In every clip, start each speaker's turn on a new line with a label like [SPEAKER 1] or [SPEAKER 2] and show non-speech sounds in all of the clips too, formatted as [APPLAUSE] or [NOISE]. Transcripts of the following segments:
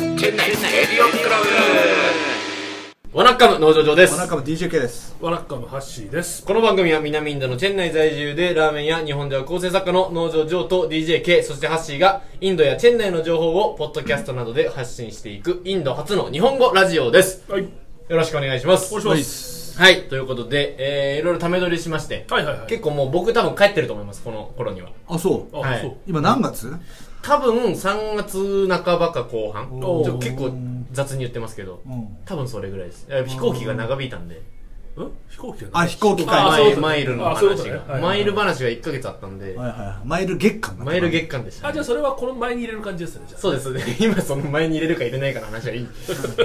[SPEAKER 1] エリオンクラブワナッカム農場上です
[SPEAKER 2] お腹も DJK です。
[SPEAKER 3] ワラッカムハッシーです。
[SPEAKER 1] この番組は南インドのチェン内在住でラーメンや日本では構成作家の農場上と DJK そしてハッシーがインドやチェン内の情報をポッドキャストなどで発信していくインド初の日本語ラジオです
[SPEAKER 3] はい。
[SPEAKER 1] よろしくお願いします
[SPEAKER 3] お願いします。
[SPEAKER 1] はいということで、えー、いろいろため撮りしまして、
[SPEAKER 3] はいはいはい。
[SPEAKER 1] 結構もう僕多分帰ってると思いますこの頃には
[SPEAKER 2] あ、そう。
[SPEAKER 3] あ、
[SPEAKER 1] はい
[SPEAKER 3] そう。
[SPEAKER 2] 今何月
[SPEAKER 1] 多分3月半ばか後半
[SPEAKER 3] おー
[SPEAKER 1] ちょ結構雑に言ってますけど
[SPEAKER 2] うん。
[SPEAKER 1] 多分それぐらいですえ飛行機が長引いたんで
[SPEAKER 3] ん飛行機やな
[SPEAKER 2] あ、飛行機か。
[SPEAKER 3] あ
[SPEAKER 2] は
[SPEAKER 1] マ
[SPEAKER 3] そういう
[SPEAKER 1] イ
[SPEAKER 3] ことね
[SPEAKER 1] マイルの
[SPEAKER 3] あそういうこ
[SPEAKER 1] 話
[SPEAKER 3] とねはい
[SPEAKER 1] が
[SPEAKER 3] はい
[SPEAKER 1] マイル話が1ヶ月あったんで
[SPEAKER 2] いはい。マイル月間だ
[SPEAKER 1] マイル月間でした
[SPEAKER 3] あ、じゃあそれはこの前に入れる感じですね、じゃ
[SPEAKER 1] そうですね [LAUGHS] 今その前に入れるか入れないかの話はいい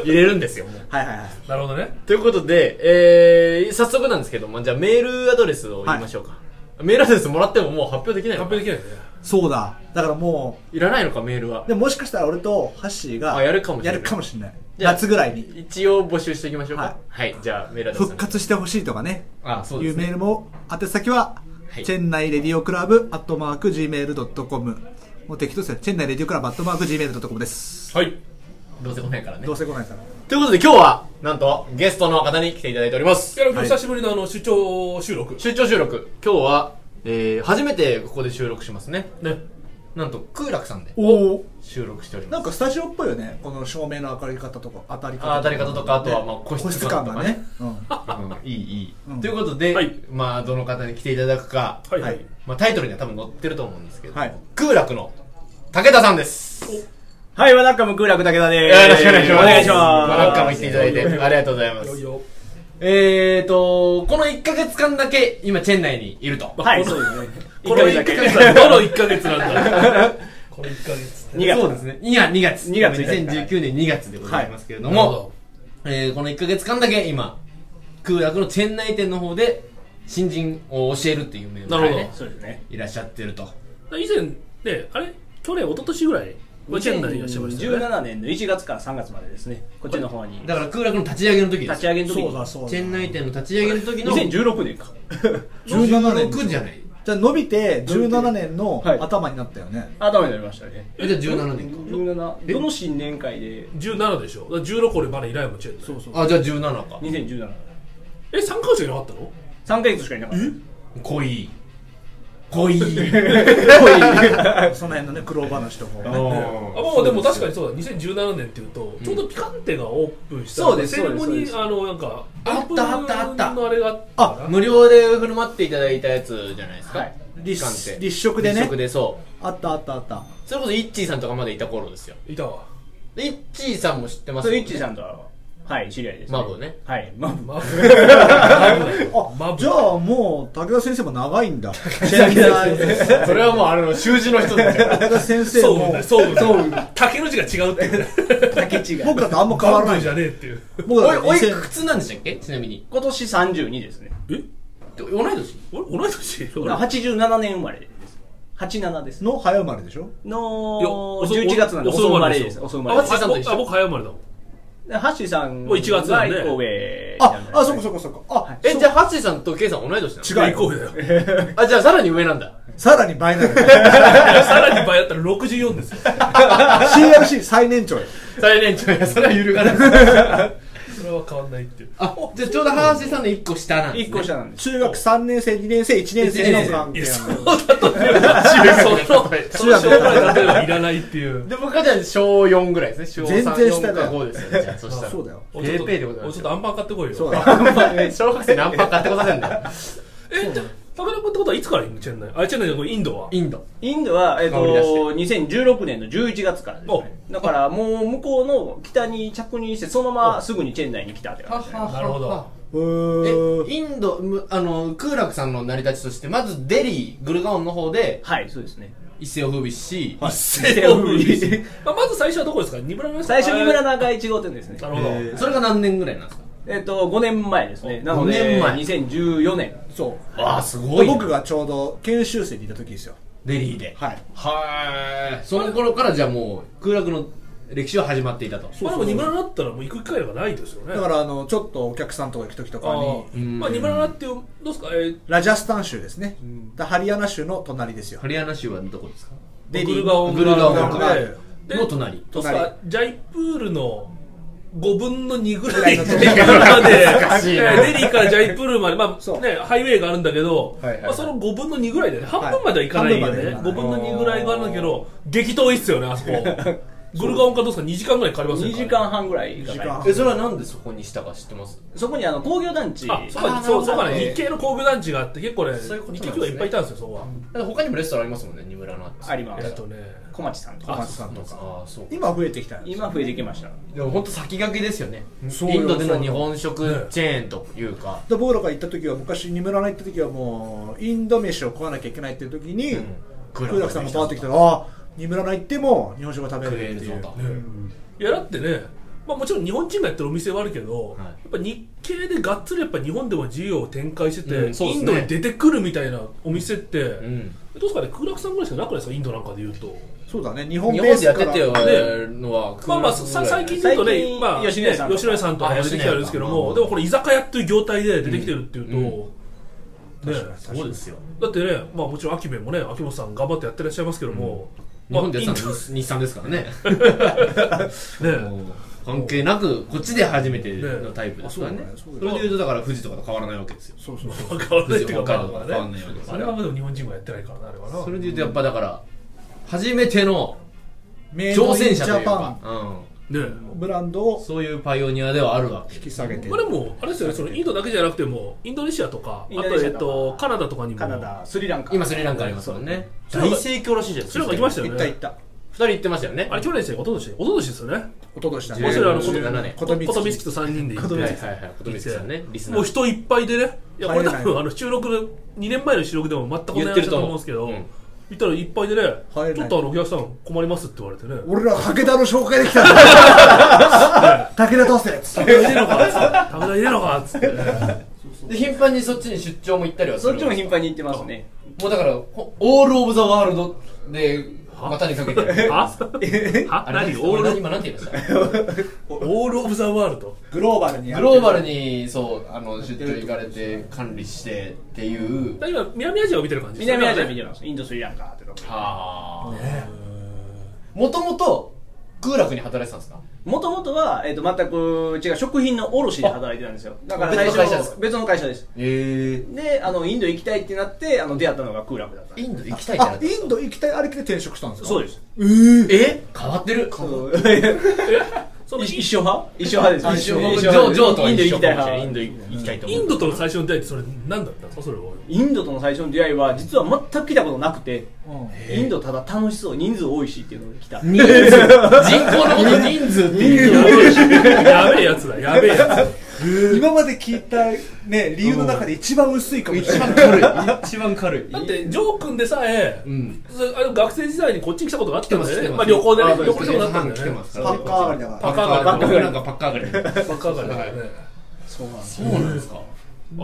[SPEAKER 1] 入れるんですよもう
[SPEAKER 2] はいはいはい。
[SPEAKER 3] あ。なるほどね。
[SPEAKER 1] ということで、えー、早速なんですけどもじゃあメールアドレスを言いましょうか、メールアドレスもらってももう発表できない
[SPEAKER 3] 発
[SPEAKER 1] のか
[SPEAKER 3] 表できないね。
[SPEAKER 2] そうだ。だからも
[SPEAKER 1] いらないのかメールは
[SPEAKER 2] う、でももしかしたら俺とハッシーが、
[SPEAKER 1] あやるかもしれない
[SPEAKER 2] やるかもしれない。
[SPEAKER 1] じゃあ
[SPEAKER 2] 夏ぐらいに。
[SPEAKER 1] 一応募集していきましょうか
[SPEAKER 2] は
[SPEAKER 1] はい、じゃあメールアドレス
[SPEAKER 2] 復活してほしいとかね。
[SPEAKER 1] あそう
[SPEAKER 2] い
[SPEAKER 1] で
[SPEAKER 2] う
[SPEAKER 1] す
[SPEAKER 2] メー
[SPEAKER 1] ね
[SPEAKER 2] ルも、宛先は、
[SPEAKER 1] はい
[SPEAKER 2] チェンナイレディオクラブ、アットマーク、gmail.com。もう適当ですよ。チェンナイレディオクラブ、アットマーク、gmail.com です。
[SPEAKER 3] はい。
[SPEAKER 1] どうせ来ないからね
[SPEAKER 2] どうせ来ないから。
[SPEAKER 1] ということで今日はなんとゲストの方に来ていただいております
[SPEAKER 3] いや、今日久しぶりのあの、主張収録。
[SPEAKER 1] 出張収録今日は、えー、初めてここで収録しますね
[SPEAKER 3] ね。
[SPEAKER 1] なんと空楽さんで
[SPEAKER 2] おお。
[SPEAKER 1] 収録しておりま
[SPEAKER 2] な
[SPEAKER 1] す
[SPEAKER 2] んかスタジオっぽいよね。この照明の明かり方とか、当たり方
[SPEAKER 1] あ当たり方とかあとはまあ個室感とかね
[SPEAKER 2] ね。個室感がね。
[SPEAKER 1] うんいいいい、
[SPEAKER 2] うん
[SPEAKER 1] ということで、
[SPEAKER 3] はい
[SPEAKER 1] まあどの方に来ていただくか、
[SPEAKER 3] はい
[SPEAKER 2] は
[SPEAKER 3] はいい。
[SPEAKER 1] まあ、タイトルには多分載ってると思うんですけど、
[SPEAKER 2] はい
[SPEAKER 1] 空楽の武田さんです
[SPEAKER 4] はい、ワナッカム空楽武田で
[SPEAKER 1] よろ
[SPEAKER 4] す。
[SPEAKER 1] しくお願いします
[SPEAKER 4] お願いします。
[SPEAKER 1] まあ何回も言っていただいてありがとうございま
[SPEAKER 3] いよい
[SPEAKER 1] す
[SPEAKER 3] よ。
[SPEAKER 1] えーとこの1ヶ月間だけ今チェン内にいると
[SPEAKER 4] はい、そうですね。
[SPEAKER 3] この1ヶ月なんだ。どの1ヶ月なんだ。この1ヶ月って。
[SPEAKER 4] 2月
[SPEAKER 1] そうですね。いや、2月。
[SPEAKER 4] 2月
[SPEAKER 1] 2019年2月でございますけれど
[SPEAKER 3] なるほ
[SPEAKER 1] も、えーこの1ヶ月間だけ今、空楽のチェン内店の方で、新人を教えるっていう面
[SPEAKER 3] なるほど
[SPEAKER 1] ね、
[SPEAKER 4] そうですね。
[SPEAKER 1] いらっしゃってると。
[SPEAKER 3] ど。以前、ね、あれ去年、一昨年ぐらい、ごチェンナにいらっしゃいましたよね。
[SPEAKER 4] 17年の1月から3月までですね、こっちの方に
[SPEAKER 1] だから空楽の立ち上げの時で
[SPEAKER 4] 立
[SPEAKER 1] す。
[SPEAKER 4] ち上げの時
[SPEAKER 2] そうだ
[SPEAKER 4] に。
[SPEAKER 2] そうだ。
[SPEAKER 1] チェン内店の立ち上げの時の、
[SPEAKER 4] 2016
[SPEAKER 3] [LAUGHS]
[SPEAKER 4] 年か。
[SPEAKER 2] 17
[SPEAKER 1] 16
[SPEAKER 2] 年
[SPEAKER 1] じゃない。
[SPEAKER 2] じゃあ伸びて17年の
[SPEAKER 4] はい
[SPEAKER 2] 頭になったよ
[SPEAKER 4] [LAUGHS]
[SPEAKER 2] ね、
[SPEAKER 4] あ、ダメになりましたね。
[SPEAKER 1] え、じゃあ17年
[SPEAKER 4] 17、どの新年会で
[SPEAKER 3] 17でしょ。だから16俺まだいないもん、チェンナ。そうそう。
[SPEAKER 1] か。あ、じゃあ17か。
[SPEAKER 4] 2017
[SPEAKER 3] え、3ヶ月いなかったの
[SPEAKER 4] 3ヶ月しかいなかった。
[SPEAKER 1] 濃い。濃い。
[SPEAKER 4] [LAUGHS]
[SPEAKER 2] その辺のね苦労話とかをね
[SPEAKER 3] あ
[SPEAKER 1] も
[SPEAKER 3] もうでも確かにそうだ2017年っていうとちょうどピカンテがオープンした
[SPEAKER 1] そうです
[SPEAKER 3] セレモ
[SPEAKER 1] そうで
[SPEAKER 3] ニ
[SPEAKER 1] す
[SPEAKER 3] ーあのなんか
[SPEAKER 1] あったあったあった
[SPEAKER 3] オープンのあれがあったかな
[SPEAKER 1] 無料で振る舞っていただいたやつじゃないですか。
[SPEAKER 4] はい
[SPEAKER 1] 期間って
[SPEAKER 2] 立立食でね
[SPEAKER 1] 立食でそう。
[SPEAKER 2] あったあったあった
[SPEAKER 1] それこそイッチーさんとかまでいた頃ですよ
[SPEAKER 3] いたわ
[SPEAKER 1] でイッチーさんも知ってます
[SPEAKER 4] そ
[SPEAKER 1] よ
[SPEAKER 4] う、
[SPEAKER 1] ね
[SPEAKER 4] イッチさんとは、はい、知り合いです。
[SPEAKER 1] マブね。
[SPEAKER 4] はい、マブ。
[SPEAKER 3] マブマブ
[SPEAKER 2] あじゃあもう武田先生も長いん
[SPEAKER 1] [LAUGHS]
[SPEAKER 2] だ
[SPEAKER 1] それはもうあの習字の人です [LAUGHS] よ
[SPEAKER 2] 武田先生
[SPEAKER 3] そう
[SPEAKER 2] も
[SPEAKER 3] だそうだ竹の字が違うっていう
[SPEAKER 4] [LAUGHS] 竹内が。
[SPEAKER 2] 僕だとあんま変わ
[SPEAKER 3] バン
[SPEAKER 2] らな
[SPEAKER 3] ド
[SPEAKER 2] い
[SPEAKER 3] じゃねえっていう
[SPEAKER 2] 僕
[SPEAKER 1] おい
[SPEAKER 2] だと
[SPEAKER 1] おい
[SPEAKER 2] 2000
[SPEAKER 1] くつなんでしたっけちなみに
[SPEAKER 4] 今年32ですね。
[SPEAKER 3] え
[SPEAKER 1] 同い年
[SPEAKER 3] 俺同い年俺
[SPEAKER 4] 87年生まれです。87です。
[SPEAKER 2] の早生まれでしょ
[SPEAKER 4] の
[SPEAKER 3] いや
[SPEAKER 4] 11月なんで、
[SPEAKER 3] 遅生
[SPEAKER 4] 遅生
[SPEAKER 3] ま
[SPEAKER 4] ま
[SPEAKER 3] れ
[SPEAKER 4] れ
[SPEAKER 3] で
[SPEAKER 4] ですす。遅生
[SPEAKER 1] あ
[SPEAKER 4] まれです
[SPEAKER 1] 松井。さんと一
[SPEAKER 3] あ
[SPEAKER 1] 緒
[SPEAKER 3] あ僕早生まれだもん
[SPEAKER 4] でハッシーさん
[SPEAKER 3] もう1月なんで
[SPEAKER 4] が一個上
[SPEAKER 2] ああそうかそうかそうかあ、
[SPEAKER 1] えじゃあハッシーさんとケイさん同い年なの
[SPEAKER 2] 違う
[SPEAKER 3] 行こうよ
[SPEAKER 1] あじゃあさらに上なんだ
[SPEAKER 2] さらに倍になる
[SPEAKER 3] さらに倍だったら64ですよ
[SPEAKER 2] CRC 最年長よ
[SPEAKER 1] 最年長いやそれは揺るが [LAUGHS] ない
[SPEAKER 3] それは変わんないっていう
[SPEAKER 1] あじゃあちょうどハッシーさんの一個下なんです、ね、
[SPEAKER 4] 1個下なんです
[SPEAKER 2] 中学3年生2年生1年生の関
[SPEAKER 3] い
[SPEAKER 2] 係
[SPEAKER 3] やそ
[SPEAKER 2] なの
[SPEAKER 3] うだとねそのその小ぐらいだったらいらないっていう
[SPEAKER 1] で僕はじゃあ小4ぐらいですね小
[SPEAKER 2] 全
[SPEAKER 1] 3
[SPEAKER 2] 然下だよ
[SPEAKER 1] 4か5ですよねじゃあそしたら
[SPEAKER 2] そうだよ
[SPEAKER 3] おいちょっと
[SPEAKER 1] ペーペーでございます
[SPEAKER 3] おいちょっとアンパン買ってこい
[SPEAKER 5] [LAUGHS]
[SPEAKER 3] よ
[SPEAKER 2] そうだよ
[SPEAKER 1] え小学生ナンパ買ってこさせんだよ
[SPEAKER 3] え、じゃあ、武田君ってことはいつからいるのチェンナイあ、チェンナイじゃないインドは。
[SPEAKER 1] インド
[SPEAKER 4] インドは、えっ、
[SPEAKER 1] 香り出
[SPEAKER 4] と、2016年の11月からですね。だから、もう向こうの北に着任して、そのまますぐにチェンナイに来たって感じですね。
[SPEAKER 3] なるほど
[SPEAKER 2] うー
[SPEAKER 1] えインドむあの空楽さんの成り立ちとしてまずデリーグルガオンの方で
[SPEAKER 4] はい、そうですね。
[SPEAKER 1] 一世を風靡し、
[SPEAKER 4] はい、
[SPEAKER 3] まあまず最初はどこですかニブラナ
[SPEAKER 4] 最初に村
[SPEAKER 3] ナ。
[SPEAKER 4] 中1号店ですね
[SPEAKER 3] な。るほど。
[SPEAKER 2] え
[SPEAKER 1] それが何年ぐらいなんですか
[SPEAKER 4] えっ、と、5年前ですね。な
[SPEAKER 1] 5
[SPEAKER 4] の
[SPEAKER 1] 年
[SPEAKER 4] で、
[SPEAKER 1] 前
[SPEAKER 4] 2014年。
[SPEAKER 2] そう
[SPEAKER 1] わあすごいな
[SPEAKER 2] 僕がちょうど研修生でいた時ですよ
[SPEAKER 1] デリーで
[SPEAKER 2] はい
[SPEAKER 1] はーいその頃からじゃあもう空楽の歴史は始まっていたと
[SPEAKER 3] まあでもニブラナだったらもう行く機会がないですよね。
[SPEAKER 2] だからあのちょっとお客さんとか行く時と
[SPEAKER 3] あ
[SPEAKER 2] か
[SPEAKER 3] ー
[SPEAKER 2] に
[SPEAKER 1] うん
[SPEAKER 3] まあニブラナっていう、どうですかえー
[SPEAKER 2] ラジャスタン州ですね、だハリアナ州の隣ですよ
[SPEAKER 1] ハリアナ州はどこですか
[SPEAKER 2] デ
[SPEAKER 3] グ
[SPEAKER 2] リ
[SPEAKER 3] ルガオン
[SPEAKER 1] グルガオン
[SPEAKER 3] があるので
[SPEAKER 2] グ
[SPEAKER 3] で
[SPEAKER 1] の隣
[SPEAKER 3] と
[SPEAKER 5] 隣
[SPEAKER 3] さジャイプールの5分の2ぐらいのところ
[SPEAKER 5] ぐらい
[SPEAKER 3] まで
[SPEAKER 1] かしいな
[SPEAKER 3] えーデリーからジャイプールまで、ま
[SPEAKER 5] そう
[SPEAKER 3] あね、ハイウェイがあるんだけど、
[SPEAKER 5] はいはいはい
[SPEAKER 3] まあ、その5分の2ぐらいだよね半分まではいかないよ
[SPEAKER 5] はい半分
[SPEAKER 3] ね、
[SPEAKER 5] まで
[SPEAKER 3] 5
[SPEAKER 5] はいか
[SPEAKER 3] 分の2ぐらいがあるんだけど激闘いいっすよねあそこグルガオンかどうですか2時間ぐらいかかりますよ
[SPEAKER 4] 2時間半ぐらいかかります
[SPEAKER 1] えそれはなんでそこにしたか知ってます
[SPEAKER 4] そこにあの工業団地
[SPEAKER 3] あそう
[SPEAKER 1] あ
[SPEAKER 3] か
[SPEAKER 1] ー
[SPEAKER 3] そうそうか
[SPEAKER 1] なるほ
[SPEAKER 3] ね
[SPEAKER 1] ど
[SPEAKER 3] 日系の工業団地があって結構ね
[SPEAKER 1] そういうことなん
[SPEAKER 3] 日
[SPEAKER 1] ですね
[SPEAKER 3] 系人がいっぱいいたんですよそこは、
[SPEAKER 1] だって他にもレストランありますもんね二村の
[SPEAKER 4] ありま
[SPEAKER 3] えっ
[SPEAKER 4] す
[SPEAKER 3] とね
[SPEAKER 4] 小町さんと
[SPEAKER 5] 小
[SPEAKER 4] か
[SPEAKER 5] 松さんとか
[SPEAKER 1] ああそう
[SPEAKER 5] 今増えてきたんですよ
[SPEAKER 4] 今増えてきました
[SPEAKER 1] でも本当先駆けですよね
[SPEAKER 5] そう
[SPEAKER 1] イ
[SPEAKER 5] よ
[SPEAKER 1] ンドでの日本食チェーンというか
[SPEAKER 5] で僕らが行った時は昔二村の行った時はもうインド飯を食わなきゃいけないっていう時に、
[SPEAKER 1] うん
[SPEAKER 5] クーラクさんが回ってきたらああ二村の行っても日本食が食べ
[SPEAKER 1] 食え
[SPEAKER 5] れる
[SPEAKER 1] る
[SPEAKER 5] って
[SPEAKER 1] ぞ
[SPEAKER 5] いう
[SPEAKER 1] と
[SPEAKER 3] いやだってね、まあ、もちろん日本人がやってるお店はあるけど、
[SPEAKER 1] い
[SPEAKER 3] やっぱ日系でがっつりやっぱ日本でも事業を展開してて、
[SPEAKER 1] うんそうです
[SPEAKER 3] イ
[SPEAKER 1] ね
[SPEAKER 3] ンドに出てくるみたいなお店って、
[SPEAKER 1] うん
[SPEAKER 3] どうですかね空楽さんぐらいしかなくないですかインドなんかで言うと
[SPEAKER 5] そうだね日本
[SPEAKER 1] 日
[SPEAKER 5] ベー
[SPEAKER 1] 本で
[SPEAKER 5] ス
[SPEAKER 1] やっ
[SPEAKER 5] か
[SPEAKER 1] て
[SPEAKER 5] ら
[SPEAKER 1] てよのは
[SPEAKER 3] まあまあさ最近で言うと
[SPEAKER 4] 最
[SPEAKER 3] ね
[SPEAKER 4] 近
[SPEAKER 3] まあ
[SPEAKER 4] 吉野家さんとか
[SPEAKER 3] ね吉野家さんとかも出てきたんですけども、
[SPEAKER 1] あ吉野家さん
[SPEAKER 3] でもこれ居酒屋っていう業態で出てきてるっていうと、
[SPEAKER 1] うん
[SPEAKER 3] ね
[SPEAKER 5] 確かに確かに
[SPEAKER 1] そうですよ
[SPEAKER 3] だってね、まあ、もちろん秋部もね秋元さん頑張ってやってらっしゃいますけども、
[SPEAKER 1] 日
[SPEAKER 3] まあ
[SPEAKER 1] 本でやった
[SPEAKER 3] イ
[SPEAKER 1] の
[SPEAKER 3] ン
[SPEAKER 1] 日産ですからね
[SPEAKER 3] ドね
[SPEAKER 1] もう [LAUGHS] 関係なくこっちで初めてのタイプですからね
[SPEAKER 5] ねあそうだねそう
[SPEAKER 1] そ
[SPEAKER 5] だね
[SPEAKER 1] れで言うとだから富士とかと変わらないわけですよ
[SPEAKER 5] そうそうそう
[SPEAKER 3] まあ変わらな
[SPEAKER 1] 富
[SPEAKER 3] いっ
[SPEAKER 1] 士
[SPEAKER 3] て
[SPEAKER 1] と
[SPEAKER 3] いう
[SPEAKER 1] か
[SPEAKER 3] か
[SPEAKER 1] 変わらないわけです
[SPEAKER 3] あ
[SPEAKER 1] よ
[SPEAKER 3] れ
[SPEAKER 1] ね
[SPEAKER 3] はでも日本人がやってないからなあれはな
[SPEAKER 1] それで言うとやっぱだから初めての挑
[SPEAKER 5] 挑
[SPEAKER 1] 戦
[SPEAKER 5] 戦
[SPEAKER 1] 者
[SPEAKER 5] 者と
[SPEAKER 1] とい
[SPEAKER 5] いうう
[SPEAKER 1] か
[SPEAKER 5] か、
[SPEAKER 3] ね
[SPEAKER 5] ブランドを
[SPEAKER 1] そういうパイオニアではあるわけ
[SPEAKER 5] 引き下げて
[SPEAKER 3] これもあれですよねそのインドだけじゃなくてもインドネシアとか
[SPEAKER 4] イン
[SPEAKER 3] あ
[SPEAKER 4] ド
[SPEAKER 3] と
[SPEAKER 4] ネシ
[SPEAKER 3] え
[SPEAKER 4] ア
[SPEAKER 3] っ
[SPEAKER 4] と
[SPEAKER 3] と
[SPEAKER 4] か
[SPEAKER 3] カナダとかにも
[SPEAKER 4] カナダスリランカ
[SPEAKER 1] 今スリランカありますもんね
[SPEAKER 3] そうそう
[SPEAKER 1] 盛況らしいじゃん
[SPEAKER 3] スリランカ行きましたよ
[SPEAKER 5] 行
[SPEAKER 3] ね
[SPEAKER 5] った行った
[SPEAKER 1] 2人行ってましたよね
[SPEAKER 3] あれ去年ですよ一昨年一昨年ですよね
[SPEAKER 5] おととしだ
[SPEAKER 1] え
[SPEAKER 3] も
[SPEAKER 1] ー
[SPEAKER 3] う
[SPEAKER 5] ね
[SPEAKER 3] それあのこ
[SPEAKER 1] 17年
[SPEAKER 3] とことみつきと3人で行っ
[SPEAKER 5] こと
[SPEAKER 3] て
[SPEAKER 1] はい
[SPEAKER 5] み
[SPEAKER 1] は
[SPEAKER 5] つ
[SPEAKER 1] い
[SPEAKER 5] き
[SPEAKER 1] はい琴光さんねリスナ
[SPEAKER 3] もう
[SPEAKER 1] ー
[SPEAKER 3] 人いっぱいでねいやこ
[SPEAKER 5] 入
[SPEAKER 3] れ多
[SPEAKER 5] れない
[SPEAKER 3] 分あの収録の2年前の収録でも全く同じ
[SPEAKER 1] 言っ
[SPEAKER 3] 話
[SPEAKER 1] て
[SPEAKER 3] だ
[SPEAKER 1] る
[SPEAKER 3] と
[SPEAKER 1] と
[SPEAKER 3] 思うん
[SPEAKER 1] 思う
[SPEAKER 3] ですけど
[SPEAKER 1] うん
[SPEAKER 3] 行ったらいっぱいでね
[SPEAKER 5] 入れない
[SPEAKER 3] ちょっとあのお客さん困りますって言われてね
[SPEAKER 5] 俺ら武田の紹介できたんだ
[SPEAKER 1] [LAUGHS]
[SPEAKER 5] 武田どうせつって
[SPEAKER 3] 食べれるのかっつって食べれるのかっつってね
[SPEAKER 1] で頻繁にそっちに出張も行ったりはす
[SPEAKER 4] そ
[SPEAKER 1] る
[SPEAKER 4] っちも頻繁に行ってますね
[SPEAKER 1] もうだからほオールオブザワールドで股にかけて [LAUGHS]
[SPEAKER 3] [LAUGHS] はは
[SPEAKER 1] あれ
[SPEAKER 3] 何オール
[SPEAKER 1] 今なんて言いました
[SPEAKER 3] オールオブザワールド
[SPEAKER 5] グローバルにや
[SPEAKER 1] グ
[SPEAKER 5] る
[SPEAKER 1] ローバルにそうあの出張行かれて管理してっていう
[SPEAKER 3] だ今南アジアを見てる感じですね
[SPEAKER 4] 南アジア見てますインドスリランカってとこ
[SPEAKER 1] ああもともと空楽に働いてたんですか
[SPEAKER 4] もともとは、えっと全く違う食品の卸で働いてたんですよだから
[SPEAKER 1] 別の会社ですか
[SPEAKER 4] 別の会社です
[SPEAKER 1] え
[SPEAKER 4] であのインド行きたいってなってあの出会ったのが空楽だったん
[SPEAKER 1] え
[SPEAKER 4] です
[SPEAKER 1] インド行きたいって
[SPEAKER 5] あ
[SPEAKER 1] なったんですか
[SPEAKER 5] インド行きたいありきで転職したんですか
[SPEAKER 4] そう
[SPEAKER 5] で
[SPEAKER 4] です
[SPEAKER 5] すええ
[SPEAKER 1] え変わってる
[SPEAKER 4] そう一
[SPEAKER 3] そのイ
[SPEAKER 4] 緒派一緒派です
[SPEAKER 5] あ一緒
[SPEAKER 1] ジ
[SPEAKER 5] 派
[SPEAKER 1] ョージョーとは
[SPEAKER 4] インド
[SPEAKER 1] 一
[SPEAKER 4] 行
[SPEAKER 1] 緒
[SPEAKER 4] きたい
[SPEAKER 1] かもしれないイ
[SPEAKER 4] 派
[SPEAKER 1] ンド行きたいと思
[SPEAKER 3] イ
[SPEAKER 1] う
[SPEAKER 3] ンドとの最初の出会いってそれ何だったんですかそれは
[SPEAKER 4] インドとの最初の出会いは実は全く来たことなくてインドただ楽しそう人数多いしっていうので来た
[SPEAKER 1] 人口のこと人数っていう
[SPEAKER 3] やべえやつだやべえや
[SPEAKER 5] 今まで聞いたね理由の中で一番薄いかもしれ
[SPEAKER 1] 一
[SPEAKER 5] ない
[SPEAKER 1] 番軽い一番軽い
[SPEAKER 3] [LAUGHS] つだってジョー君でさえ
[SPEAKER 1] うん
[SPEAKER 3] そあの学生時代にこっちに来たことがあっ
[SPEAKER 1] 来て
[SPEAKER 3] たん
[SPEAKER 1] ま
[SPEAKER 3] だ
[SPEAKER 1] す
[SPEAKER 3] よ
[SPEAKER 1] 来てます
[SPEAKER 3] ねまあ旅行でね
[SPEAKER 1] あそう
[SPEAKER 3] 旅
[SPEAKER 1] す
[SPEAKER 3] 行したことあったん
[SPEAKER 1] 来
[SPEAKER 3] だ
[SPEAKER 1] て
[SPEAKER 3] よね
[SPEAKER 1] ます
[SPEAKER 5] パ
[SPEAKER 1] から
[SPEAKER 5] ッカー上がりだか
[SPEAKER 1] パッカー上がり
[SPEAKER 4] パッカ
[SPEAKER 1] 僕なん
[SPEAKER 4] ー上がり
[SPEAKER 1] かパッカー上がり
[SPEAKER 3] バカがね
[SPEAKER 4] そうなんです
[SPEAKER 1] そうなんですか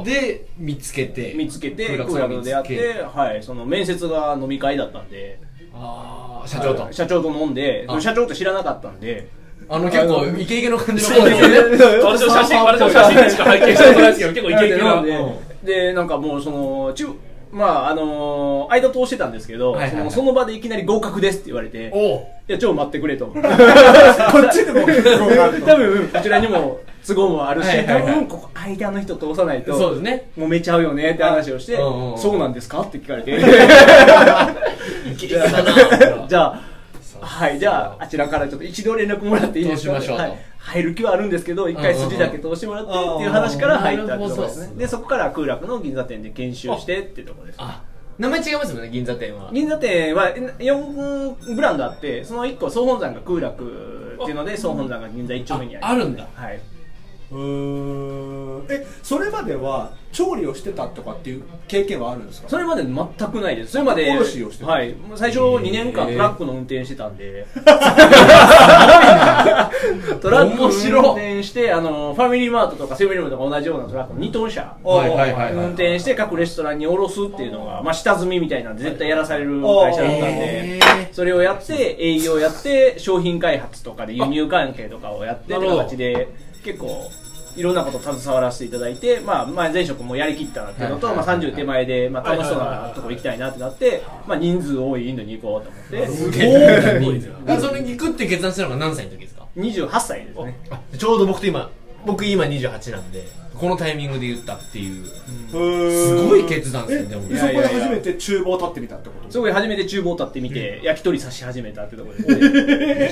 [SPEAKER 1] で見つけて
[SPEAKER 4] [LAUGHS] 見つけて
[SPEAKER 1] 空楽
[SPEAKER 4] 空楽
[SPEAKER 1] 見
[SPEAKER 4] と
[SPEAKER 1] つ
[SPEAKER 4] 出会ってはいその面接が飲み会だったんで
[SPEAKER 1] ああ社長と
[SPEAKER 4] 社長と飲んで
[SPEAKER 1] あ
[SPEAKER 4] 社長って知らなかったんで
[SPEAKER 1] あの結構イケイケの感じの方
[SPEAKER 4] [LAUGHS]
[SPEAKER 1] ですよね
[SPEAKER 3] 私の写真私の写真でしか拝見したことないですけど結構イケイ [LAUGHS] ケ
[SPEAKER 4] な
[SPEAKER 3] なん
[SPEAKER 4] ででなんかもうその中まああの間通してたんですけど
[SPEAKER 1] はいはい
[SPEAKER 4] そ
[SPEAKER 1] はい
[SPEAKER 4] のその場でいきなり合格ですって言われて
[SPEAKER 3] おおう
[SPEAKER 4] いや超待ってくれと
[SPEAKER 1] [LAUGHS]
[SPEAKER 5] らこっちでも結構なると
[SPEAKER 4] 多分こちらにも都合もあるし
[SPEAKER 1] はいは
[SPEAKER 4] 多
[SPEAKER 1] いはい
[SPEAKER 4] 分ここ間の人通さないと
[SPEAKER 1] そうですね
[SPEAKER 4] 揉めちゃうよねって話をして
[SPEAKER 1] うんうんうん
[SPEAKER 4] そうなんですかって聞
[SPEAKER 1] [LAUGHS]
[SPEAKER 4] かれて
[SPEAKER 1] イケイケだな
[SPEAKER 4] じゃあはいじゃああちらからちょっと一度連絡もらっていいですか
[SPEAKER 1] 通しましょうと
[SPEAKER 4] はい入る気はあるんですけど一回筋だけ通してもらってっていう話から入ったってとこで
[SPEAKER 1] うんうん
[SPEAKER 4] す
[SPEAKER 1] う
[SPEAKER 4] ね
[SPEAKER 1] ん
[SPEAKER 4] でそこから空楽の銀座店で研修してってとこです
[SPEAKER 1] [LAUGHS] あ名前違いますもんね銀座店は
[SPEAKER 4] 銀座店は4ブランドあってその1個総本山が空楽っていうので総本山が銀座1丁目に
[SPEAKER 1] ああ
[SPEAKER 4] ある
[SPEAKER 1] るんだ
[SPEAKER 4] はい、
[SPEAKER 5] うーんえそれまでは調理をしてたとかっていう経験はあるんですか
[SPEAKER 4] それまで全くないですそれまで
[SPEAKER 5] 卸をしてた
[SPEAKER 4] はい、もう最初2年間
[SPEAKER 1] へー
[SPEAKER 4] トラックの運転してたんでトラックの
[SPEAKER 1] 面白い
[SPEAKER 4] 運転してあのファミリーマートとかセブンイレブンとか同じようなトラックの2トン車
[SPEAKER 1] はいはいはいはい
[SPEAKER 4] 運転して各レストランに卸すっていうのが、まあ、下積みみたいなんで絶対やらされる会社だったん
[SPEAKER 1] へ
[SPEAKER 4] でそれをやって営業やって商品開発とかで輸入関係とかをやってって
[SPEAKER 3] なるほど
[SPEAKER 4] 形で結構いろんなこと携わらせていただいて、まあ、まあ前職もやりきったなっていうのと、
[SPEAKER 1] はいはい
[SPEAKER 4] まあ、30手前で、まあ、楽しそう
[SPEAKER 3] はいはいはい
[SPEAKER 4] な
[SPEAKER 3] はい
[SPEAKER 4] とこ行きたいなってなって、まあ、人数多いインドに行こうと思って、
[SPEAKER 1] す
[SPEAKER 3] げえ
[SPEAKER 4] おー
[SPEAKER 1] あそれ行くって決断したのが何歳の時ですか
[SPEAKER 4] 28歳ですね。
[SPEAKER 1] あちょうど僕と今僕今28なんでこのタイミングで言ったっていうす
[SPEAKER 2] す
[SPEAKER 1] ごい決断ですねでも
[SPEAKER 2] そこで
[SPEAKER 4] いやいやいや
[SPEAKER 2] 初めて厨房立ってみたってこと
[SPEAKER 4] そこで初めて厨房立ってみて、焼き鳥刺し始めたってところで、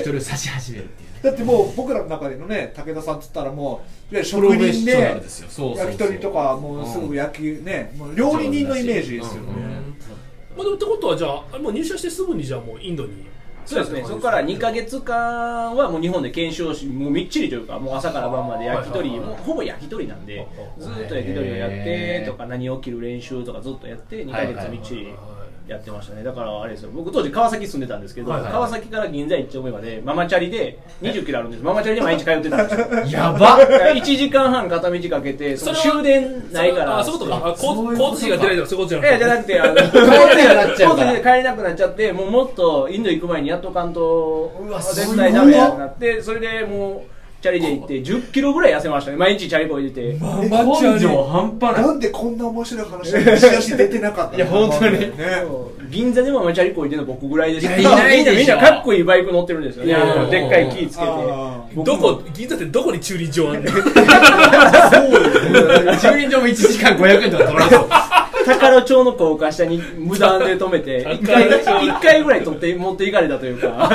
[SPEAKER 1] 一人を指し始めるっていう
[SPEAKER 2] だってもう僕らの中でのね武田さんっつったらもういわゆる
[SPEAKER 1] プロ
[SPEAKER 2] 職
[SPEAKER 1] フェッシ
[SPEAKER 2] 人
[SPEAKER 1] ョナル
[SPEAKER 2] で
[SPEAKER 1] ですよそうそうそう
[SPEAKER 2] 焼き鳥とかもうすぐ焼きねもう料理人のイメージですよね
[SPEAKER 3] まあ、でもってことはじゃああれもう入社してすぐにじゃあもうインドに
[SPEAKER 4] そうですね、そこから2か月間はもう日本で検証し、もうみっちりというか、もう朝から晩まで焼き鳥、
[SPEAKER 3] はいはいはい
[SPEAKER 4] もうほぼ焼き鳥なんで、ずっと焼き鳥をやってとか、何を切る練習とかずっとやって、2か
[SPEAKER 1] はいはい
[SPEAKER 4] 月みっちりやってましたね、だからあれですよ、僕当時、川崎住んでたんですけど、
[SPEAKER 3] はいはい
[SPEAKER 4] 川崎から銀座1丁目まで、ママチャリで20キロあるんです、ママチャリで毎日通ってたんですよ。 [LAUGHS]
[SPEAKER 1] やばっ
[SPEAKER 4] 1時間半片道かけて、その
[SPEAKER 3] それは
[SPEAKER 4] 終電ないから。
[SPEAKER 3] あそういうことかあ
[SPEAKER 1] そういうこ
[SPEAKER 3] 交
[SPEAKER 1] とか
[SPEAKER 3] 交通費が出ないとかそういうことじゃ
[SPEAKER 4] ええ、じゃ
[SPEAKER 3] な
[SPEAKER 4] な
[SPEAKER 3] くて
[SPEAKER 4] くて、あ
[SPEAKER 1] [LAUGHS]
[SPEAKER 4] の、帰
[SPEAKER 1] れなくなっちゃうから
[SPEAKER 4] 帰れなくなっちゃって、もうもっとインド行く前にやっとかんと、
[SPEAKER 1] うわ
[SPEAKER 4] 絶対ダメやってなって、それでもう、チャリで行って、10キロぐらい痩せましたね。毎日チャリこいでて。
[SPEAKER 2] ママチャリ
[SPEAKER 4] 根性半端ない。
[SPEAKER 2] なんでこんな面白い話がし出し出てなかったの
[SPEAKER 4] [LAUGHS]
[SPEAKER 1] いや本当に
[SPEAKER 2] ね
[SPEAKER 4] 銀座でもママチャリこいでるの僕ぐらいです
[SPEAKER 1] いやいないでしょ
[SPEAKER 4] みんなみんなかっこいいバイク乗ってるんですよね。
[SPEAKER 1] いや
[SPEAKER 4] あのでっかいキーつけて。
[SPEAKER 2] あー
[SPEAKER 3] どこ銀座ってどこに駐輪場あんの
[SPEAKER 1] 駐輪場も1時間500円とか取ら [LAUGHS] れそう
[SPEAKER 4] 宝町の高架下に無断で止めて、一回、一回ぐらい取って、持っていかれたというか、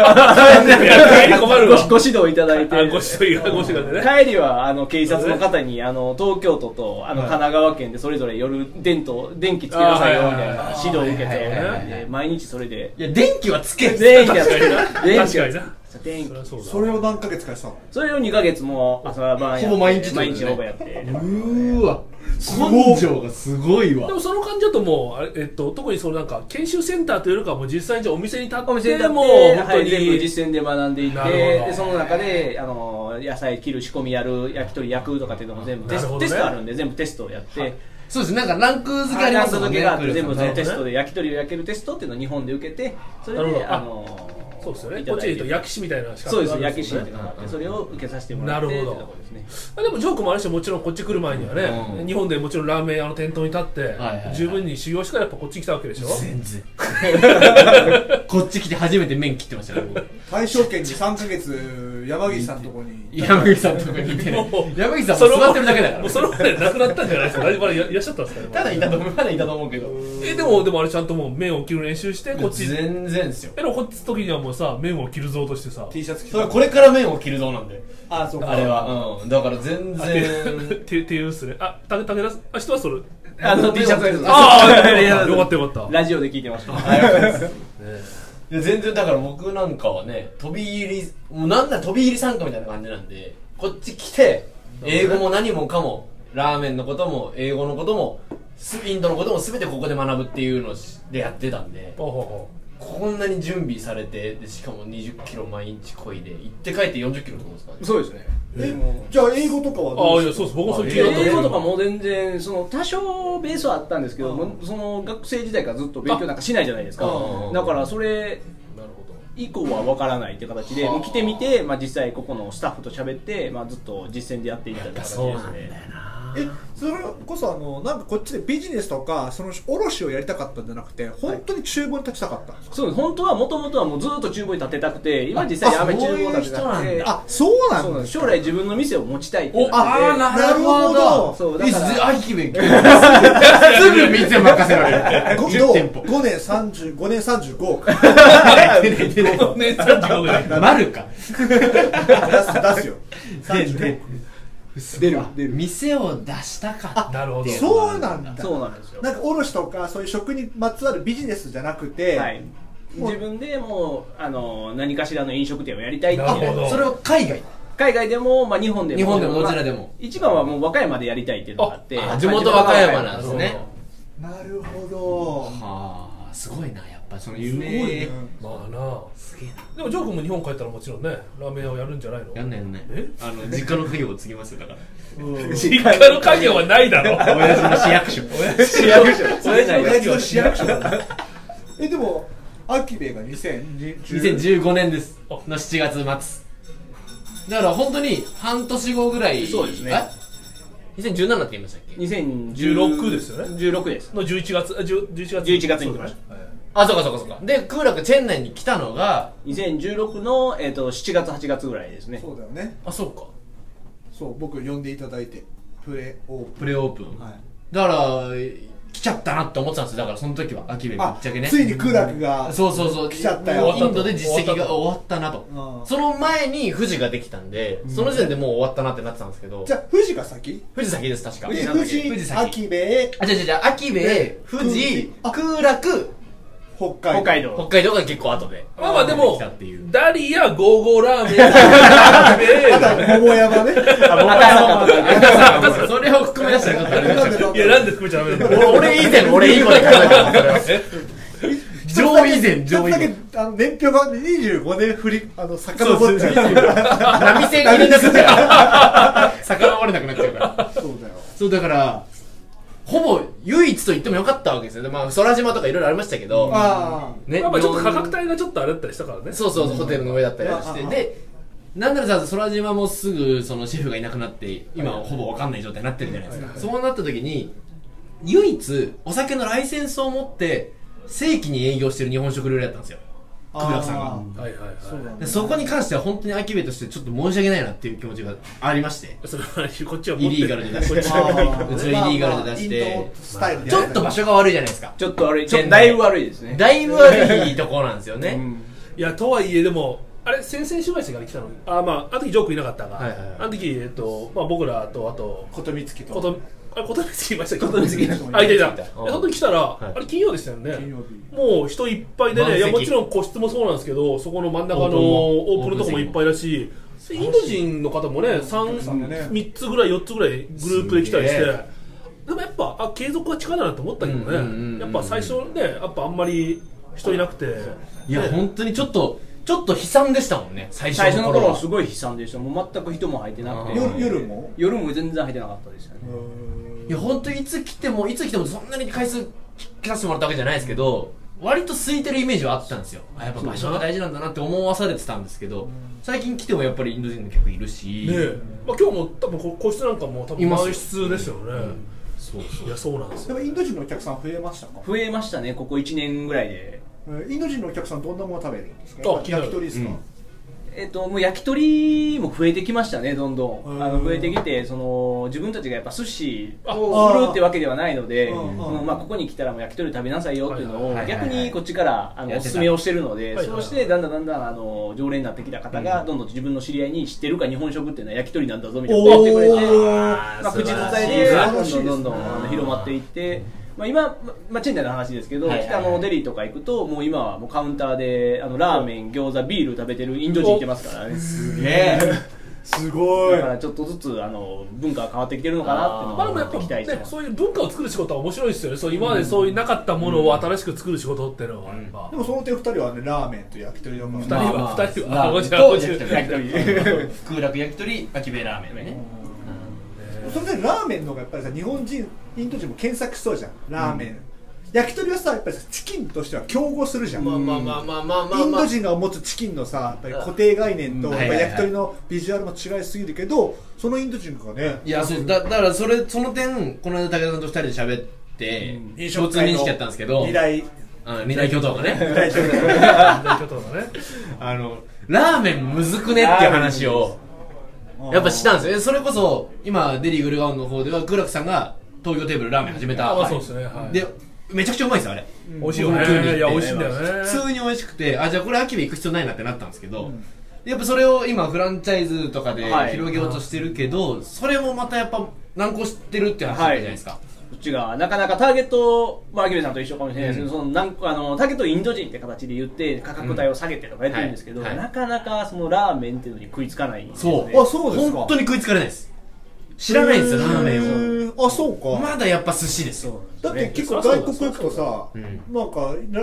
[SPEAKER 4] [LAUGHS]
[SPEAKER 3] 帰り困るわ
[SPEAKER 4] ごご指導いただいて。
[SPEAKER 3] あごしというごしとね
[SPEAKER 4] 帰りはあの警察の方にあの東京都とあの神奈川県でそれぞれ夜電灯電気つけなさいよみたいな指導を受けて
[SPEAKER 1] あはいはいはいはい
[SPEAKER 4] で毎日それで
[SPEAKER 1] いや電気はつけて
[SPEAKER 4] 電気やって電
[SPEAKER 3] 確
[SPEAKER 4] 気
[SPEAKER 3] か
[SPEAKER 4] やっ
[SPEAKER 3] に
[SPEAKER 4] て
[SPEAKER 3] な
[SPEAKER 4] 電
[SPEAKER 3] そ
[SPEAKER 4] 気
[SPEAKER 3] りゃそうだ
[SPEAKER 2] それを何ヶ月かやってたの
[SPEAKER 4] それを2ヶ月も朝晩やって
[SPEAKER 1] ほぼ毎日ってことね
[SPEAKER 4] 毎日ほぼやって
[SPEAKER 1] うーわ
[SPEAKER 2] ごい
[SPEAKER 1] 根性がすごいわ
[SPEAKER 3] でもその感じだともうあれ、えっと、特にそのなんか研修センターというよりかはもう実際にじゃあお店に立って
[SPEAKER 4] お店で
[SPEAKER 3] も
[SPEAKER 4] も
[SPEAKER 3] う本当
[SPEAKER 4] はい、
[SPEAKER 3] に、
[SPEAKER 4] 全部実践で学んでいって
[SPEAKER 3] なるほど
[SPEAKER 4] でその中であの野菜切る仕込みやる焼き鳥焼くとかっていうのも全部テ
[SPEAKER 3] な
[SPEAKER 4] ス
[SPEAKER 3] る
[SPEAKER 4] ト、
[SPEAKER 3] ほど
[SPEAKER 4] テ
[SPEAKER 3] ね
[SPEAKER 4] ストあるんで全部テストをやって、
[SPEAKER 1] そうですなんかランク付けあり
[SPEAKER 4] ラ
[SPEAKER 1] ま
[SPEAKER 4] ン
[SPEAKER 1] す
[SPEAKER 4] ク
[SPEAKER 1] もん
[SPEAKER 4] 付
[SPEAKER 1] ね
[SPEAKER 4] けがあって全
[SPEAKER 1] 来る
[SPEAKER 4] 部全
[SPEAKER 1] や
[SPEAKER 4] 部
[SPEAKER 1] つ
[SPEAKER 4] テストで焼き鳥を焼けるテストっていうのを日本で受けてそれ
[SPEAKER 3] なるほ
[SPEAKER 4] で
[SPEAKER 3] ど
[SPEAKER 4] あの
[SPEAKER 3] そうですよねこっちで言うと焼き師みたいな資
[SPEAKER 4] そう
[SPEAKER 3] 格
[SPEAKER 4] で
[SPEAKER 3] があ
[SPEAKER 4] す
[SPEAKER 3] るん
[SPEAKER 4] 焼き師
[SPEAKER 3] よ
[SPEAKER 4] っていうのがあってそれを受けさせてもらって
[SPEAKER 3] なるほど
[SPEAKER 4] ってとこですね
[SPEAKER 3] まあでもジョークもあるしもちろんこっち来る前にはね、
[SPEAKER 1] うん
[SPEAKER 3] 日本でもちろんラーメン屋の店頭に立って、
[SPEAKER 1] はいはい
[SPEAKER 3] 十分に修行してからやっぱこっち来たわけでしょ
[SPEAKER 1] 全然 [LAUGHS] こっち来て初めて麺切ってましたから [LAUGHS] 僕
[SPEAKER 2] 大正圏に3ヶ月山岸さんのとこに
[SPEAKER 1] 山口さんとか似てる
[SPEAKER 3] もう
[SPEAKER 1] 山口さんも座ってるだけだか
[SPEAKER 3] もう
[SPEAKER 1] ら
[SPEAKER 3] その前なくなったんじゃないですか [LAUGHS] 大丈夫まだいらっしゃったんですかね
[SPEAKER 1] ただいたと思うまだいたと思うけど
[SPEAKER 3] えでもでもあれちゃんともう麺を切る練習してこっちえ
[SPEAKER 1] 全然ですよ
[SPEAKER 3] でもこっちの時にはもうさ麺を切るぞとしてさ
[SPEAKER 2] T シャツ着て
[SPEAKER 1] それこれから麺を切るぞなんで
[SPEAKER 2] あそうか
[SPEAKER 1] あれはうんだから全
[SPEAKER 3] て [LAUGHS]
[SPEAKER 1] 然
[SPEAKER 3] てていうっすねあた武田さんあ人はそれ
[SPEAKER 4] あの T シャツです
[SPEAKER 3] ああよかったよかった
[SPEAKER 4] ラジオで聞いてました
[SPEAKER 1] ありがとうございますいや全然だから僕なんかはね飛び入りもうなんだ飛び入り参加みたいな感じなんでこっち来て英語も何もかもラーメンのことも英語のこともスインドのことも全てここで学ぶっていうのをしでやってたんで
[SPEAKER 3] ほうほうほ
[SPEAKER 1] こんなに準備されてでしかも2 0キロ毎日こいで行って帰って4 0キロってことですかね
[SPEAKER 4] そうですね
[SPEAKER 2] えじゃあ英語とかは
[SPEAKER 3] う
[SPEAKER 2] ど
[SPEAKER 3] あ
[SPEAKER 2] う
[SPEAKER 3] あい
[SPEAKER 2] で
[SPEAKER 3] や
[SPEAKER 2] す
[SPEAKER 3] そうです僕もそれ聞いたことある
[SPEAKER 4] 英語とかも全然その多少ベースはあったんですけどもその学生時代からずっと勉強なんかしないじゃないですか
[SPEAKER 1] うん
[SPEAKER 4] だからそれ
[SPEAKER 3] なるほど
[SPEAKER 4] 以降は分からないって形でもう来てみて、まあ、実際ここのスタッフと喋って、まあ、ずっと実践でやっていったって形
[SPEAKER 1] そう
[SPEAKER 4] で
[SPEAKER 1] な
[SPEAKER 4] す
[SPEAKER 1] んだ
[SPEAKER 4] ね
[SPEAKER 2] えそれこそあのなんかこっちでビジネスとかその卸をやりたかったんじゃなくて本当に厨房に立ちたかったんですか
[SPEAKER 4] そうです本当はもともとはもうずっと厨房に立てたくて今実際に
[SPEAKER 1] あ
[SPEAKER 4] 雨厨房に立て
[SPEAKER 1] そういう
[SPEAKER 4] たく
[SPEAKER 1] 人なん
[SPEAKER 4] て
[SPEAKER 1] だ
[SPEAKER 2] あそうな
[SPEAKER 4] そうな
[SPEAKER 2] ん
[SPEAKER 4] んで
[SPEAKER 2] ですす
[SPEAKER 4] 将来自分の店を持ちたいってなって
[SPEAKER 1] あーなるほ
[SPEAKER 2] なるほ
[SPEAKER 1] ど
[SPEAKER 2] ど
[SPEAKER 4] そうだ
[SPEAKER 1] いい
[SPEAKER 4] か
[SPEAKER 1] っすぜ
[SPEAKER 4] ら
[SPEAKER 1] あひめすぐ店任せられる
[SPEAKER 2] [LAUGHS] ご
[SPEAKER 1] 10
[SPEAKER 2] どう
[SPEAKER 1] 店舗
[SPEAKER 2] 5年30 5年35億
[SPEAKER 3] お姉さんってこと
[SPEAKER 1] [LAUGHS]
[SPEAKER 3] で
[SPEAKER 1] 丸か
[SPEAKER 2] 出す出
[SPEAKER 1] [LAUGHS]
[SPEAKER 2] すよ
[SPEAKER 1] でで
[SPEAKER 4] 出る出る
[SPEAKER 1] 店を出したかった
[SPEAKER 3] なるほど
[SPEAKER 2] そうなんだ
[SPEAKER 4] そうなんですよ
[SPEAKER 2] なんか卸とかそういう食にまつわるビジネスじゃなくて、
[SPEAKER 4] はい
[SPEAKER 2] もう
[SPEAKER 4] 自分でもうあの何かしらの飲食店をやりたいってい
[SPEAKER 3] なるほ
[SPEAKER 4] う
[SPEAKER 3] ど
[SPEAKER 1] それは海外
[SPEAKER 4] 海外でも、まあ、日本でも
[SPEAKER 1] 日本でもどちらでも
[SPEAKER 4] まあ一番はもう和歌山でやりたいっていうのがあって
[SPEAKER 1] あ地元和歌山なんです
[SPEAKER 3] なる
[SPEAKER 1] ね
[SPEAKER 3] ほ
[SPEAKER 2] なるほど
[SPEAKER 1] はあすごいなやっぱその
[SPEAKER 2] すごいね
[SPEAKER 1] 夢
[SPEAKER 3] まあなあ
[SPEAKER 1] すげえな
[SPEAKER 3] でもジョー君も日本帰ったらもちろんねラーメン屋をやるんじゃないの
[SPEAKER 1] やんないやんない
[SPEAKER 3] え
[SPEAKER 1] あの実家の家業を継ぎますよだから
[SPEAKER 2] [LAUGHS] うん
[SPEAKER 3] 実家の家業はないだろ
[SPEAKER 1] 親父の市役所
[SPEAKER 4] 市役所それじゃない
[SPEAKER 2] 親父の市役所だねえでもアキベが2010
[SPEAKER 1] 2015年です
[SPEAKER 3] あ
[SPEAKER 1] の7月末だから本当に半年後ぐらい
[SPEAKER 4] そうですね
[SPEAKER 1] あ2017って言いましたっけ
[SPEAKER 4] 2016
[SPEAKER 6] ですよね
[SPEAKER 4] 16です
[SPEAKER 3] の11月あ10 11月
[SPEAKER 4] 11月に行きました
[SPEAKER 6] はい
[SPEAKER 1] あ、そうかそうかそうか。で、空楽チェン内に来たのが、
[SPEAKER 4] 2016の、えー、と7月8月ぐらいですね
[SPEAKER 2] そうだよね
[SPEAKER 1] あ、そうか。
[SPEAKER 2] そう僕呼んでいただいてプレオープ
[SPEAKER 1] プレオープン。
[SPEAKER 2] ン、はい、
[SPEAKER 1] だから、来ちゃったなって思ってたんですよ。だからその時は、秋部ぶっ
[SPEAKER 2] あ
[SPEAKER 1] ちゃけね。
[SPEAKER 2] ついに空楽が
[SPEAKER 1] そうそうそう。
[SPEAKER 2] 来ちゃったよ
[SPEAKER 1] もうインドで実績が終わったなと
[SPEAKER 2] う。ん
[SPEAKER 1] その前に富士ができたんで、その時点でもう終わったなってなってたんですけど、
[SPEAKER 2] じゃあ富士が先
[SPEAKER 1] 富士先です、確か。
[SPEAKER 2] で
[SPEAKER 4] なんだ
[SPEAKER 2] 富
[SPEAKER 4] っけ
[SPEAKER 2] 士
[SPEAKER 1] 富士先
[SPEAKER 2] 秋部へ
[SPEAKER 1] あ、違う違う違う、秋部
[SPEAKER 2] ね、
[SPEAKER 1] 富士、
[SPEAKER 2] 空
[SPEAKER 1] 空楽、
[SPEAKER 2] 北海
[SPEAKER 4] 北海
[SPEAKER 2] 道
[SPEAKER 1] 北
[SPEAKER 4] 道
[SPEAKER 1] 海道が結構後で。
[SPEAKER 3] まあまあで
[SPEAKER 1] 来
[SPEAKER 3] も
[SPEAKER 1] たっていう、
[SPEAKER 3] ダリア、ゴーゴーラーメン、ラーメ
[SPEAKER 2] [LAUGHS]
[SPEAKER 3] ン
[SPEAKER 2] あとは桃山ね
[SPEAKER 4] あ僕はそう
[SPEAKER 1] だからそれを含め出したらちょっとあれでしょ
[SPEAKER 3] いや、なんで含めちゃダメなんだ
[SPEAKER 1] 俺俺以前、俺以後で考えたんですよ上以前、
[SPEAKER 2] ちょっ
[SPEAKER 1] 上以
[SPEAKER 2] とだ
[SPEAKER 1] 前
[SPEAKER 2] け。あの年表が25年振りあの遡っちゃう
[SPEAKER 1] 波線がみんなするから。 [LAUGHS] 逆らわれなくなっちゃうから。
[SPEAKER 2] そうだよ
[SPEAKER 1] そう、だから、ほぼ唯一と言ってもよかったわけですよ。でまあ、空島とかいろいろありましたけど、
[SPEAKER 2] ああ
[SPEAKER 1] ね
[SPEAKER 3] まあまあちょっと価格帯がちょっとあれだったりしたからね。
[SPEAKER 1] そうそうそう、ホテルの上だったりして、
[SPEAKER 2] うん
[SPEAKER 1] で、なんならさ、空島もすぐそのシェフがいなくなって、今はほぼわかんない状態になってるじゃないですか。そうなった時に、唯一お酒のライセンスを持って、正規に営業してる日本食料理屋だったんですよ。久楽さんが。
[SPEAKER 3] はいはいはい。
[SPEAKER 2] そうなん
[SPEAKER 1] で
[SPEAKER 2] だ
[SPEAKER 1] そこに関しては本当に秋部としてちょっと申し訳ないなっていう気持ちがありまして。
[SPEAKER 3] その話、こっちは
[SPEAKER 1] イ
[SPEAKER 3] 持って
[SPEAKER 1] リ
[SPEAKER 3] る
[SPEAKER 1] ーガルで出して。うち
[SPEAKER 2] あー
[SPEAKER 1] はイリーガルで出し
[SPEAKER 2] まあまあイン
[SPEAKER 1] て
[SPEAKER 2] ド。スタイルで
[SPEAKER 1] ちょっと場所が悪いじゃないですか。
[SPEAKER 4] [LAUGHS] ちょっと悪いち
[SPEAKER 1] チ
[SPEAKER 4] ょっ
[SPEAKER 1] ェン
[SPEAKER 4] と
[SPEAKER 1] ナ
[SPEAKER 4] だ
[SPEAKER 1] イ
[SPEAKER 4] いぶ悪いですね
[SPEAKER 1] だいぶ悪いところなんですよね。
[SPEAKER 3] いや、とはいえ、でも、あれ、先々週ぐらいでしたから来たのあ、まあ、あの時ジョークいなかったが、
[SPEAKER 1] はいはいはい
[SPEAKER 3] あの時、えっと、まあ僕らと、あと、
[SPEAKER 2] ことみつきと
[SPEAKER 3] こと、あれ、ことみつきいましたっけど、こと
[SPEAKER 2] みつきいました
[SPEAKER 3] あ、いたいた。
[SPEAKER 1] いた
[SPEAKER 3] でその時来たら、
[SPEAKER 1] い
[SPEAKER 3] あれ、金曜でしたよね。
[SPEAKER 2] 金曜日
[SPEAKER 3] もう人いっぱいで
[SPEAKER 1] 満
[SPEAKER 3] ね、い
[SPEAKER 1] 席
[SPEAKER 3] や、もちろん個室もそうなんですけど、そこの真ん中
[SPEAKER 1] オープ
[SPEAKER 3] の
[SPEAKER 1] ンも
[SPEAKER 3] オープンのとこもいっぱいだし、インド人の方もね、三
[SPEAKER 2] さんがね
[SPEAKER 3] 三つぐらい、四つぐらいグループで来たりし
[SPEAKER 1] す
[SPEAKER 3] て
[SPEAKER 1] げえ、
[SPEAKER 3] でもやっぱ、あ、継続は力だなと思ったけど
[SPEAKER 1] うんうんうんうん
[SPEAKER 3] ね、やっぱ最初ね、やっぱあんまり人いなくて、
[SPEAKER 1] いや、本当にちょっと、ちょっと悲惨でしたもんね、最
[SPEAKER 4] 最
[SPEAKER 1] 初
[SPEAKER 4] 初
[SPEAKER 1] の
[SPEAKER 4] の
[SPEAKER 1] 頃
[SPEAKER 4] 頃
[SPEAKER 1] は
[SPEAKER 4] はす。ごい悲惨でしたもう全く人も入ってなくて
[SPEAKER 2] 夜夜も
[SPEAKER 4] 夜も全然入ってなかったですよね
[SPEAKER 1] いや、本当いつ来ても、いつ来てもそんなに回数来させてもらったわけじゃないですけど、割と空いてるイメージはあったんですよ。あ、やっぱ場所が大事なんだなって思わされてたんですけど、最近来てもやっぱりインド人の客いるし、
[SPEAKER 3] ねえ、まあ、今日も多分こ個室なんかも多分
[SPEAKER 1] いますよ
[SPEAKER 3] 満室ですよね、
[SPEAKER 1] そうそう
[SPEAKER 3] い。やそうなんです
[SPEAKER 2] で
[SPEAKER 3] よ
[SPEAKER 2] もインド人のお客さん増えましたか
[SPEAKER 4] 増えましたねここ1年ぐらいで
[SPEAKER 2] えーインド人のお客さんどんなもの食べるんですか
[SPEAKER 3] あ気になる
[SPEAKER 2] 焼き鳥ですか、
[SPEAKER 1] うん
[SPEAKER 4] えっと、もう焼き鳥も増えてきましたねどんど
[SPEAKER 2] うん
[SPEAKER 4] んあの増えてきてその自分たちがやっぱ寿司
[SPEAKER 2] あ
[SPEAKER 4] を売るってわけではないので
[SPEAKER 2] うん
[SPEAKER 4] そのまあ、ここに来たらもう焼き鳥食べなさいよっていうの
[SPEAKER 1] はいは
[SPEAKER 4] を
[SPEAKER 1] い
[SPEAKER 4] 逆にこっちからあ
[SPEAKER 1] や
[SPEAKER 4] の
[SPEAKER 1] って
[SPEAKER 4] お
[SPEAKER 1] た
[SPEAKER 4] すすめをしてるので
[SPEAKER 3] はいはい
[SPEAKER 4] そうしてだんだんだんだんあの常連になってきた方がどんどん自分の知り合いに知ってるか日本食っていうのは焼き鳥なんだぞみたいなことを言ってくれて。
[SPEAKER 2] ー
[SPEAKER 4] まあ、口伝
[SPEAKER 2] 素
[SPEAKER 4] え
[SPEAKER 2] 晴ら
[SPEAKER 4] で
[SPEAKER 2] しい
[SPEAKER 4] どんどんどんどんあの広まっていって、まあ、今、まあ、チェンダイの話ですけど、
[SPEAKER 1] はいはいはい
[SPEAKER 4] 北のデリーとか行くともう今はもうカウンターであのラーメン餃子ビール食べてるインド人いてますからね
[SPEAKER 1] すげえ。
[SPEAKER 2] すごい
[SPEAKER 4] だからちょっとずつあの文化が変わってきてるのかなっていうの
[SPEAKER 3] まあで
[SPEAKER 4] を
[SPEAKER 3] もやっぱ
[SPEAKER 4] 期待して
[SPEAKER 3] ね
[SPEAKER 4] ます、
[SPEAKER 3] そういう文化を作る仕事は面白いですよねそう今までそういうなかったものを新しく作る仕事っていうのはやっぱ、
[SPEAKER 2] でもその点二人はねラーメンと焼き鳥だから、
[SPEAKER 3] 二人は、
[SPEAKER 1] まあまあ
[SPEAKER 3] 二人
[SPEAKER 1] まあ
[SPEAKER 3] は、あ、こちら、
[SPEAKER 1] と
[SPEAKER 3] こちら
[SPEAKER 1] 焼き
[SPEAKER 4] 焼き鳥
[SPEAKER 1] 空楽焼き鳥、秋部ラーメンね。
[SPEAKER 2] それでラーメンの方がやっぱりさ日本人インド人も検索しそうじゃんラーメン、焼き鳥はさやっぱりさチキンとしては競合するじゃん、
[SPEAKER 1] まあまあまあまあまあまあ
[SPEAKER 2] イン
[SPEAKER 1] まあ
[SPEAKER 2] ド。人が持つチキンのさやっぱり固定概念と
[SPEAKER 1] うん
[SPEAKER 2] やっぱ
[SPEAKER 1] はいはいはい
[SPEAKER 2] り焼き鳥のビジュアルも違いすぎるけどそのインド人がね
[SPEAKER 1] いや、そう、だだからそれ、その点、この間武田さんと二人で喋って、共通認識やったんですけど、
[SPEAKER 2] 二大
[SPEAKER 1] あ二大巨頭がね、
[SPEAKER 2] 大統領
[SPEAKER 3] 大巨頭のね
[SPEAKER 1] あの、ラーメンむずくねっていう話を、やっぱしたんですよ。それこそ、今、デリー・グルガオンの方では、グラクさんが東京テーブルラーメン始めた。
[SPEAKER 3] あまあそうですねはい
[SPEAKER 1] で、めちゃくちゃうまいですよ、あれ。
[SPEAKER 3] 美味しいよね
[SPEAKER 1] 僕も食いに行って
[SPEAKER 3] いや美味しいんだよね
[SPEAKER 1] 普通に美味しくて、あ、じゃあこれ秋部行く必要ないなってなったんですけど、やっぱそれを今フランチャイズとかで
[SPEAKER 4] はい
[SPEAKER 1] 広げようとしてるけど、それもまたやっぱ難航してるって話だったじゃないですか。
[SPEAKER 4] こっちがなかなかターゲット、まあ、アキベさんと一緒かもしれないですけど、そのなんあのターゲットをインド人って形で言って価格帯を下げてとかやってるんですけど、
[SPEAKER 1] うんはいはい
[SPEAKER 4] なかなかそのラーメンっていうのに食いつかないんです
[SPEAKER 1] そ
[SPEAKER 4] よ
[SPEAKER 1] う。
[SPEAKER 4] ね
[SPEAKER 2] あそうですか
[SPEAKER 1] 本当に食いつかれないです。知らないんですよ、ラーメンを。
[SPEAKER 2] ンをあそうか、
[SPEAKER 1] まだやっぱ寿司ですよ。
[SPEAKER 2] だって結構
[SPEAKER 3] そりゃ
[SPEAKER 2] 外
[SPEAKER 3] そうだ
[SPEAKER 2] 国行くとさ、
[SPEAKER 1] りゃ
[SPEAKER 2] なん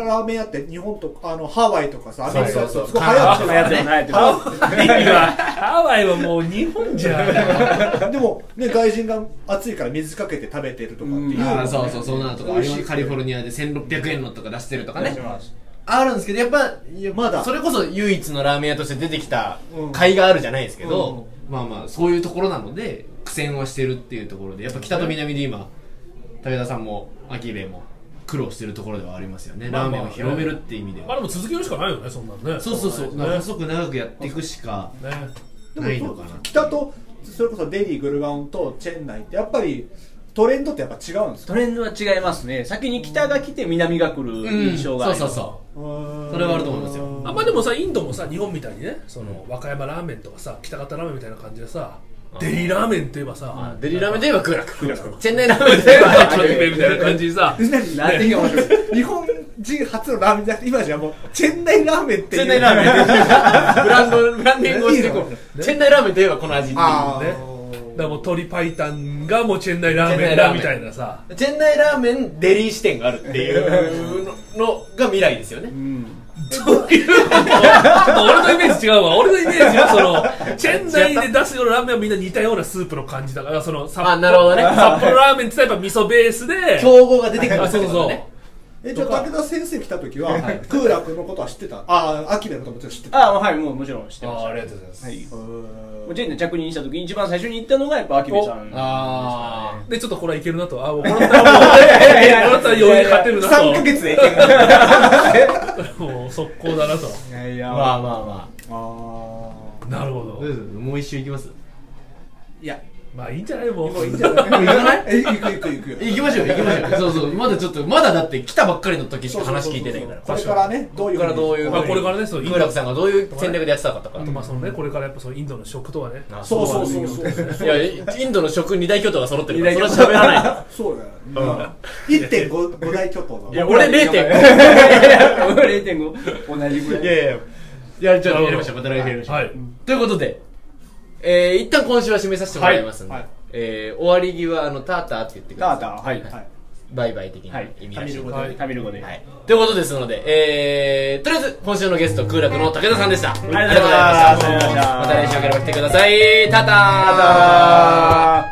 [SPEAKER 2] かラーメン屋って日本とかあのハワイとかさアメリカとかす
[SPEAKER 1] そうそう
[SPEAKER 2] ごい流行って
[SPEAKER 4] そ
[SPEAKER 2] る
[SPEAKER 4] のやつじゃないってことです
[SPEAKER 3] ハワイはもう日本じゃ
[SPEAKER 2] [LAUGHS]
[SPEAKER 3] ん
[SPEAKER 2] でもね外人が暑いから水かけて食べてるとかっていう、
[SPEAKER 4] うん
[SPEAKER 1] あーそうそう、そうなのとか、
[SPEAKER 2] 美味しい
[SPEAKER 1] カリフォルニアで1600円のとか出してるとかね。あるんですけど、やっぱ、いや
[SPEAKER 2] まだ
[SPEAKER 1] それこそ唯一のラーメン屋として出てきた
[SPEAKER 2] うん
[SPEAKER 1] 甲斐があるじゃないですけど、まあまあ、そういうところなので、苦戦はしてるっていうところでやっぱ北と南で今武田さんも秋兵衛も苦労してるところではありますよね、
[SPEAKER 3] まあまあ
[SPEAKER 1] ラーメンを広めるっていう意味では、
[SPEAKER 3] まあでも続けるしかないよねそんなのね
[SPEAKER 1] そうそうそう、な
[SPEAKER 3] ね
[SPEAKER 1] んか細く長くやっていくしか
[SPEAKER 3] ね
[SPEAKER 1] ないのかな
[SPEAKER 2] 北とそれこそデリーグルガオンとチェンナイってやっぱりトレンドってやっぱ違うんですか
[SPEAKER 4] トレンドは違いますね先に北が来て南が来る印象があ
[SPEAKER 1] そうそう
[SPEAKER 4] ります
[SPEAKER 1] そう
[SPEAKER 2] そ
[SPEAKER 1] それはあると思いますよ
[SPEAKER 3] あまあでもさインドもさ日本みたいにねその和歌山ラーメンとかさ北方ラーメンみたいな感じでさデリラーメンといえばさ
[SPEAKER 1] デリラーメンといえばクーラクチェンナイラーメンといえば秋
[SPEAKER 3] ラー
[SPEAKER 1] 兵衛
[SPEAKER 3] メンみたい
[SPEAKER 1] [LAUGHS]
[SPEAKER 3] な感じでさ
[SPEAKER 4] なんていう面白い
[SPEAKER 2] [LAUGHS] 日本人初のラーメンじゃなくて今じゃもうチェンナイラーメンってい
[SPEAKER 1] チ
[SPEAKER 2] う
[SPEAKER 1] ェンナイラーメンブランドブランディングをしていこうチェンナイラーメンといえばこの味っていう
[SPEAKER 2] ああ、
[SPEAKER 3] ねだからもう鶏白湯がもうチェンナイラーメンだみたいな
[SPEAKER 1] [LAUGHS]
[SPEAKER 3] さ
[SPEAKER 1] チェンナイラーメンデリー支店があるっていうののが未来ですよね
[SPEAKER 3] どういうこと俺のイメージ違うわ俺のイメージはそ
[SPEAKER 1] [LAUGHS]
[SPEAKER 3] のチェンナイで出すようなラーメンはみんな似たようなスープの感じだからその札幌
[SPEAKER 1] あなるほどね
[SPEAKER 3] 札幌ラーメンってやっぱ味噌ベースで
[SPEAKER 1] 競合が出てくる
[SPEAKER 3] あそうそう
[SPEAKER 2] えじゃあ武田先生来た時はクーラー君のことは知ってたああ秋部のこともちろん知ってた
[SPEAKER 4] ああはいもうもちろん知ってまし
[SPEAKER 1] あ
[SPEAKER 4] た
[SPEAKER 1] ありがとうございます、
[SPEAKER 4] はい
[SPEAKER 2] うん
[SPEAKER 4] もうジェンで着任した時に一番最初に行ったのがやっぱ秋部さん
[SPEAKER 1] ああ
[SPEAKER 3] でちょっとこれはいけるなとあ
[SPEAKER 1] [LAUGHS]
[SPEAKER 3] もうこれだったらもうこれだったら余裕で勝てるな
[SPEAKER 4] 3ヶ月で [LAUGHS]
[SPEAKER 3] ともう速攻だなと
[SPEAKER 4] いやいや
[SPEAKER 1] まあまあま
[SPEAKER 2] あー
[SPEAKER 3] なるほ
[SPEAKER 1] あど
[SPEAKER 3] ど
[SPEAKER 1] うですもう一周いきます
[SPEAKER 2] いや
[SPEAKER 3] まあいいんじゃないもう
[SPEAKER 2] もういいんじゃない行かないえ行く行く行くよ
[SPEAKER 1] 行きましょう行きましょう [LAUGHS] そうそうまだちょっとまだだって来たばっかりの時しか話聞いてないから
[SPEAKER 2] これからねどういう
[SPEAKER 1] これからどういう
[SPEAKER 3] まあこれからねその
[SPEAKER 1] クーラクさんがどういう戦略でやってたかとか、
[SPEAKER 3] まあそのねこれからやっぱそのインドの食とはね
[SPEAKER 1] あ
[SPEAKER 2] そうそうそうそう
[SPEAKER 1] いやインドの食二大巨頭が揃ってるからそれは喋らない
[SPEAKER 2] そうだよ、1.5五大巨頭だ
[SPEAKER 1] いや俺0.5
[SPEAKER 4] [LAUGHS] 0.5同じぐら
[SPEAKER 1] [LAUGHS]
[SPEAKER 4] い
[SPEAKER 1] いやいや、いやじゃあ、やりましょう、また来週やりましょう。
[SPEAKER 3] はい
[SPEAKER 1] ということで、えー、一旦今週は締めさせてもらいますんで、
[SPEAKER 2] はいはい
[SPEAKER 1] えー、終わり際、あの、ターターって言ってく
[SPEAKER 4] タ
[SPEAKER 1] だ
[SPEAKER 4] ー
[SPEAKER 1] さ
[SPEAKER 4] タ
[SPEAKER 1] い。
[SPEAKER 4] ーはい
[SPEAKER 2] はい
[SPEAKER 1] バイバイ的な
[SPEAKER 4] はい
[SPEAKER 1] 意味
[SPEAKER 4] タ
[SPEAKER 1] ら
[SPEAKER 4] ミ
[SPEAKER 1] しい
[SPEAKER 4] ル
[SPEAKER 1] の
[SPEAKER 4] 語
[SPEAKER 1] で。
[SPEAKER 4] でタミル語で
[SPEAKER 1] はい。ということですので、えー、とりあえず、今週のゲスト、空楽の武田さんでした。あり
[SPEAKER 4] がとうございました
[SPEAKER 1] がとうございましたまた来週よければ来てください。ターター
[SPEAKER 4] ターター